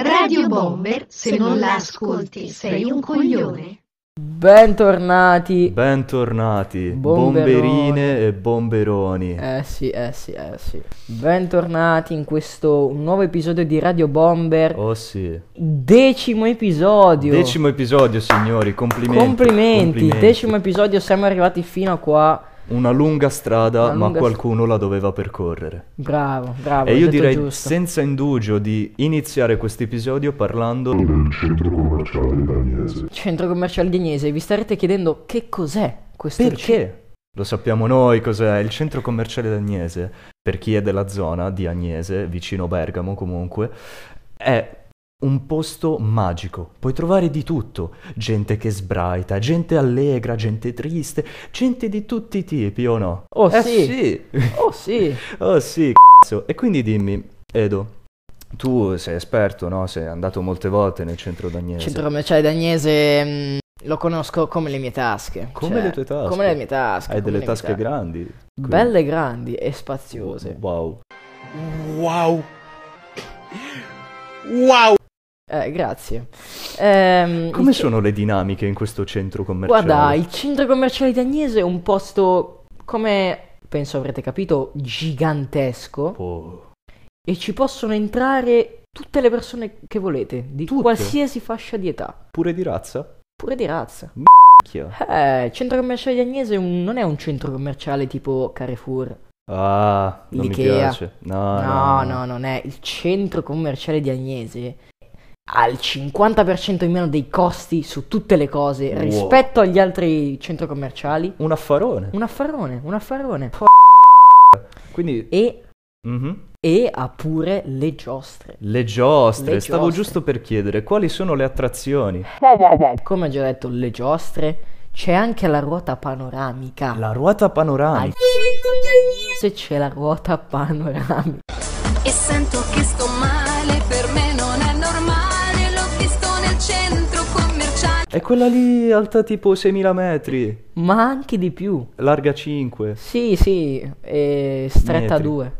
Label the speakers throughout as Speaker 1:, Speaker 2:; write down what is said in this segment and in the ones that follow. Speaker 1: Radio Bomber, se non la ascolti, sei un coglione.
Speaker 2: Bentornati.
Speaker 3: Bentornati,
Speaker 2: Bomberoni.
Speaker 3: bomberine e bomberoni.
Speaker 2: Eh sì, eh sì, eh sì. Bentornati in questo nuovo episodio di Radio Bomber.
Speaker 3: Oh sì.
Speaker 2: Decimo episodio.
Speaker 3: Decimo episodio, signori, complimenti.
Speaker 2: complimenti.
Speaker 3: complimenti.
Speaker 2: Decimo episodio, siamo arrivati fino a qua.
Speaker 3: Una lunga strada,
Speaker 2: Una
Speaker 3: ma
Speaker 2: lunga
Speaker 3: qualcuno la doveva percorrere.
Speaker 2: Bravo, bravo.
Speaker 3: e
Speaker 2: hai
Speaker 3: io
Speaker 2: detto
Speaker 3: direi
Speaker 2: giusto.
Speaker 3: senza indugio di iniziare questo episodio parlando
Speaker 4: del centro commerciale danese.
Speaker 2: Centro commerciale di Agnese, vi starete chiedendo che cos'è questo centro-
Speaker 3: perché lo sappiamo noi cos'è il centro commerciale d'Agnese. Per chi è della zona di Agnese, vicino Bergamo comunque, è un posto magico. Puoi trovare di tutto, gente che sbraita, gente allegra, gente triste, gente di tutti i tipi o no?
Speaker 2: Oh
Speaker 3: eh
Speaker 2: sì.
Speaker 3: sì.
Speaker 2: Oh sì.
Speaker 3: Oh sì, cazzo. E quindi dimmi, Edo, tu sei esperto, no? Sei andato molte volte nel centro d'Agnese.
Speaker 2: Centro commerciale d'Agnese mh, lo conosco come le mie tasche.
Speaker 3: Come
Speaker 2: Cioè,
Speaker 3: le tue tasche.
Speaker 2: Come le mie tasche.
Speaker 3: Hai
Speaker 2: come
Speaker 3: delle
Speaker 2: le mie
Speaker 3: tasche
Speaker 2: tasche.
Speaker 3: grandi.
Speaker 2: Belle grandi e spaziose.
Speaker 3: Wow.
Speaker 5: Wow. Wow.
Speaker 2: Eh, grazie. Ehm,
Speaker 3: Come
Speaker 2: il-
Speaker 3: sono le dinamiche in questo centro commerciale?
Speaker 2: Guarda, il centro commerciale di Agnese è un posto, come penso avrete capito, gigantesco.
Speaker 3: Oh,
Speaker 2: E ci possono entrare tutte le persone che volete, di
Speaker 3: Tutte?
Speaker 2: qualsiasi fascia di età,
Speaker 3: pure di razza?
Speaker 2: pure di razza.
Speaker 3: Chia.
Speaker 2: Eh, il centro commerciale di Agnese è un- non è un centro commerciale tipo Carrefour.
Speaker 3: Ah, non
Speaker 2: L'Ikea.
Speaker 3: mi piace. Ah,
Speaker 2: No,
Speaker 3: No,
Speaker 2: no, non è. Il centro commerciale di Agnese ha il 50% in meno dei costi su tutte le cose
Speaker 3: Wow.
Speaker 2: rispetto agli altri centri commerciali.
Speaker 3: Un affarone.
Speaker 2: Un affarone, un affarone. Mm.
Speaker 3: Quindi
Speaker 2: E,
Speaker 3: mhm.
Speaker 2: e ha pure le giostre.
Speaker 3: le giostre.
Speaker 2: Le
Speaker 3: Stavo
Speaker 2: giostre. Ah.
Speaker 3: giusto per chiedere quali sono le attrazioni.
Speaker 2: Come ho già detto, le giostre. C'è anche la ruota panoramica.
Speaker 3: La ruota panoramica.
Speaker 2: Se c'è la ruota panoramica.
Speaker 6: E sento che sto male, per me non è normale, l'ho visto nel centro commerciale.
Speaker 3: È quella lì alta tipo 6000 metri,
Speaker 2: Ma anche di più.
Speaker 3: larga 5.
Speaker 2: Sì, sì, e stretta a
Speaker 3: Metri.
Speaker 2: due.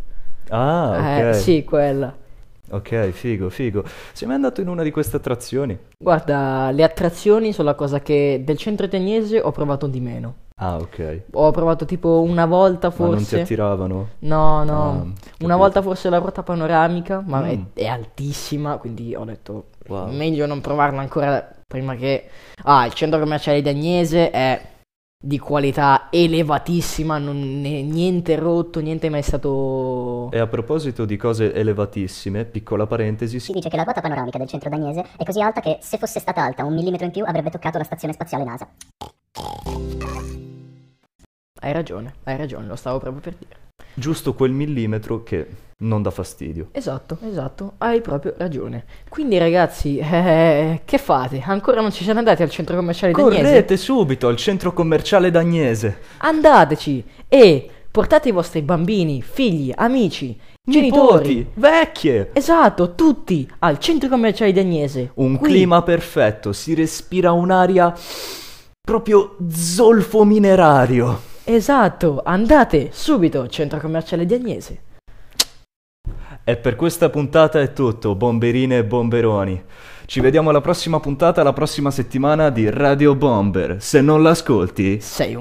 Speaker 3: Ah, ok.
Speaker 2: Eh, sì, quella.
Speaker 3: Ok, figo, figo. Sei mai andato in una di queste attrazioni?
Speaker 2: Guarda, le attrazioni sono la cosa che del centro italiese ho provato di meno.
Speaker 3: Ah, ok.
Speaker 2: Ho provato tipo una volta
Speaker 3: Ma non ti
Speaker 2: forse.
Speaker 3: attiravano?
Speaker 2: No,
Speaker 3: Ah,
Speaker 2: no.
Speaker 3: capito.
Speaker 2: Una volta forse la ruota panoramica, ma è,
Speaker 3: Mm.
Speaker 2: è altissima, quindi ho detto
Speaker 3: Wow.
Speaker 2: meglio non provarla ancora prima che... Ah, il centro commerciale di Agnese è di qualità elevatissima, non è niente rotto, niente mai stato...
Speaker 3: E a proposito di cose elevatissime, piccola parentesi,
Speaker 7: Si dice che la ruota panoramica del centro danese è così alta che se fosse stata alta un millimetro in più avrebbe toccato la stazione spaziale NASA.
Speaker 2: Hai ragione, hai ragione, lo stavo proprio per dire.
Speaker 3: giusto quel millimetro che non dà fastidio.
Speaker 2: Esatto, esatto, hai proprio ragione. Quindi ragazzi, eh, che fate? Ancora non ci siete andati al centro commerciale di Agnese?
Speaker 3: Correte subito al centro commerciale d'Agnese.
Speaker 2: Andateci e portate i vostri bambini, figli, amici, genitori.
Speaker 3: Nipoti, vecchie.
Speaker 2: Esatto, tutti al centro commerciale di Agnese.
Speaker 3: Un
Speaker 2: Qui.
Speaker 3: clima perfetto, si respira un'aria proprio zolfo minerario.
Speaker 2: Esatto, andate subito al centro commerciale di Agnese.
Speaker 3: E per questa puntata è tutto, bomberine e bomberoni. Ci vediamo alla prossima puntata, la prossima settimana di Radio Bomber. Se non l'ascolti,
Speaker 2: Sei un